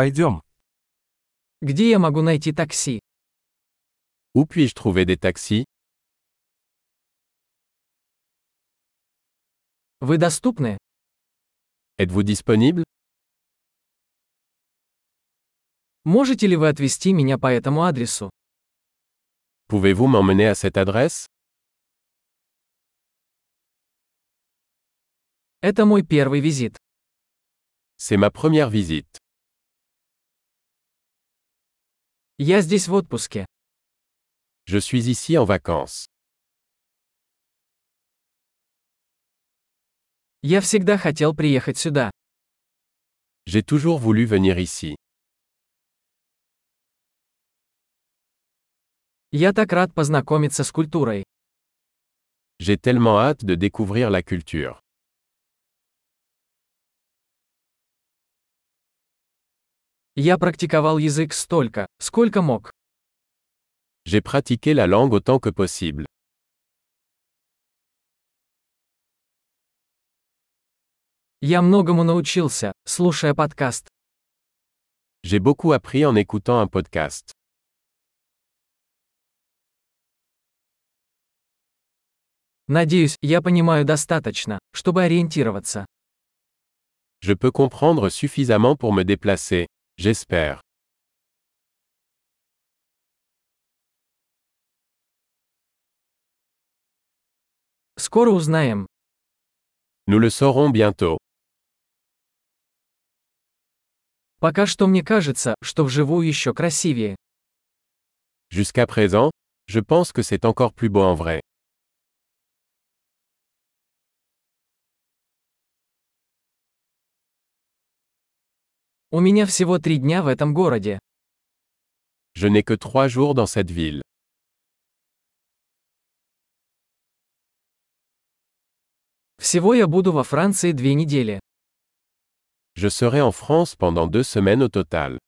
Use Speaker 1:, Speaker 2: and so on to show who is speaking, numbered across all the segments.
Speaker 1: Пойдем.
Speaker 2: Где я могу найти такси?
Speaker 3: Où puis-je trouver des taxis
Speaker 2: Вы доступны?
Speaker 3: Êtes-vous disponible
Speaker 2: Можете ли вы отвезти меня по этому адресу?
Speaker 3: Pouvez-vous m'emmener à cette adresse
Speaker 2: Это мой первый визит.
Speaker 3: C'est ma première visite.
Speaker 2: Я здесь в отпуске.
Speaker 3: Je suis ici en vacances.
Speaker 2: Я всегда хотел приехать сюда.
Speaker 3: J'ai toujours voulu venir ici.
Speaker 2: Я так рад познакомиться с культурой.
Speaker 3: J'ai tellement hâte de découvrir la culture.
Speaker 2: Я практиковал язык столько, сколько мог.
Speaker 3: J'ai pratiqué la langue autant que possible.
Speaker 2: Я многому научился, слушая подкаст.
Speaker 3: J'ai beaucoup appris en écoutant un podcast.
Speaker 2: Надеюсь, я понимаю достаточно, чтобы ориентироваться.
Speaker 3: Je peux comprendre suffisamment pour me déplacer, j'espère.
Speaker 2: Скоро узнаем.
Speaker 3: Nous le saurons bientôt.
Speaker 2: Пока что мне кажется, что вживую еще красивее.
Speaker 3: Jusqu'à présent, je pense que c'est encore plus beau en vrai.
Speaker 2: У меня всего три дня в этом городе.
Speaker 3: Je n'ai que trois jours dans cette ville.
Speaker 2: Всего я буду во Франции две недели.
Speaker 3: Je serai en France pendant deux semaines au total.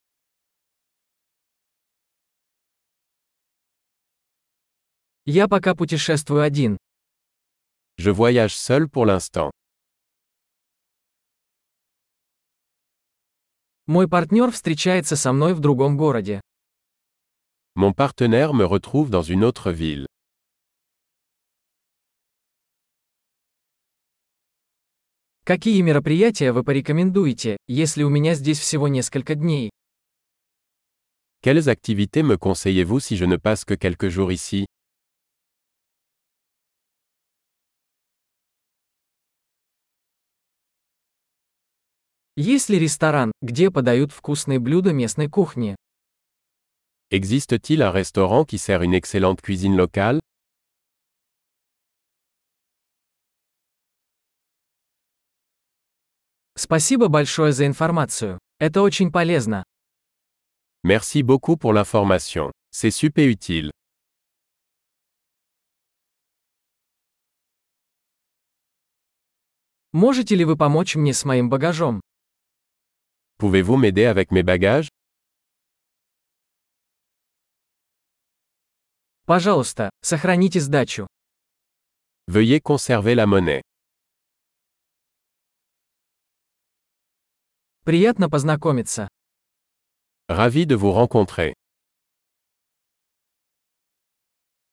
Speaker 2: Я пока путешествую один.
Speaker 3: Je voyage seul pour l'instant.
Speaker 2: Мой партнер встречается со мной в другом городе.
Speaker 3: Mon partenaire me retrouve dans une autre ville.
Speaker 2: Какие мероприятия вы порекомендуете, если у меня здесь всего несколько дней?
Speaker 3: Quelles activités me conseillez-vous si je ne passe que quelques jours ici
Speaker 2: Есть ли ресторан, где подают вкусные блюда местной кухни?
Speaker 3: Existe-t-il un restaurant qui sert une excellente cuisine locale
Speaker 2: Спасибо большое за информацию. Это очень полезно.
Speaker 3: Merci beaucoup pour l'information. C'est super utile.
Speaker 2: Можете ли вы помочь мне с моим багажом?
Speaker 3: Pouvez-vous m'aider avec mes bagages
Speaker 2: Пожалуйста, сохраните сдачу.
Speaker 3: Veuillez conserver la monnaie.
Speaker 2: Приятно познакомиться.
Speaker 3: Ravi de vous rencontrer.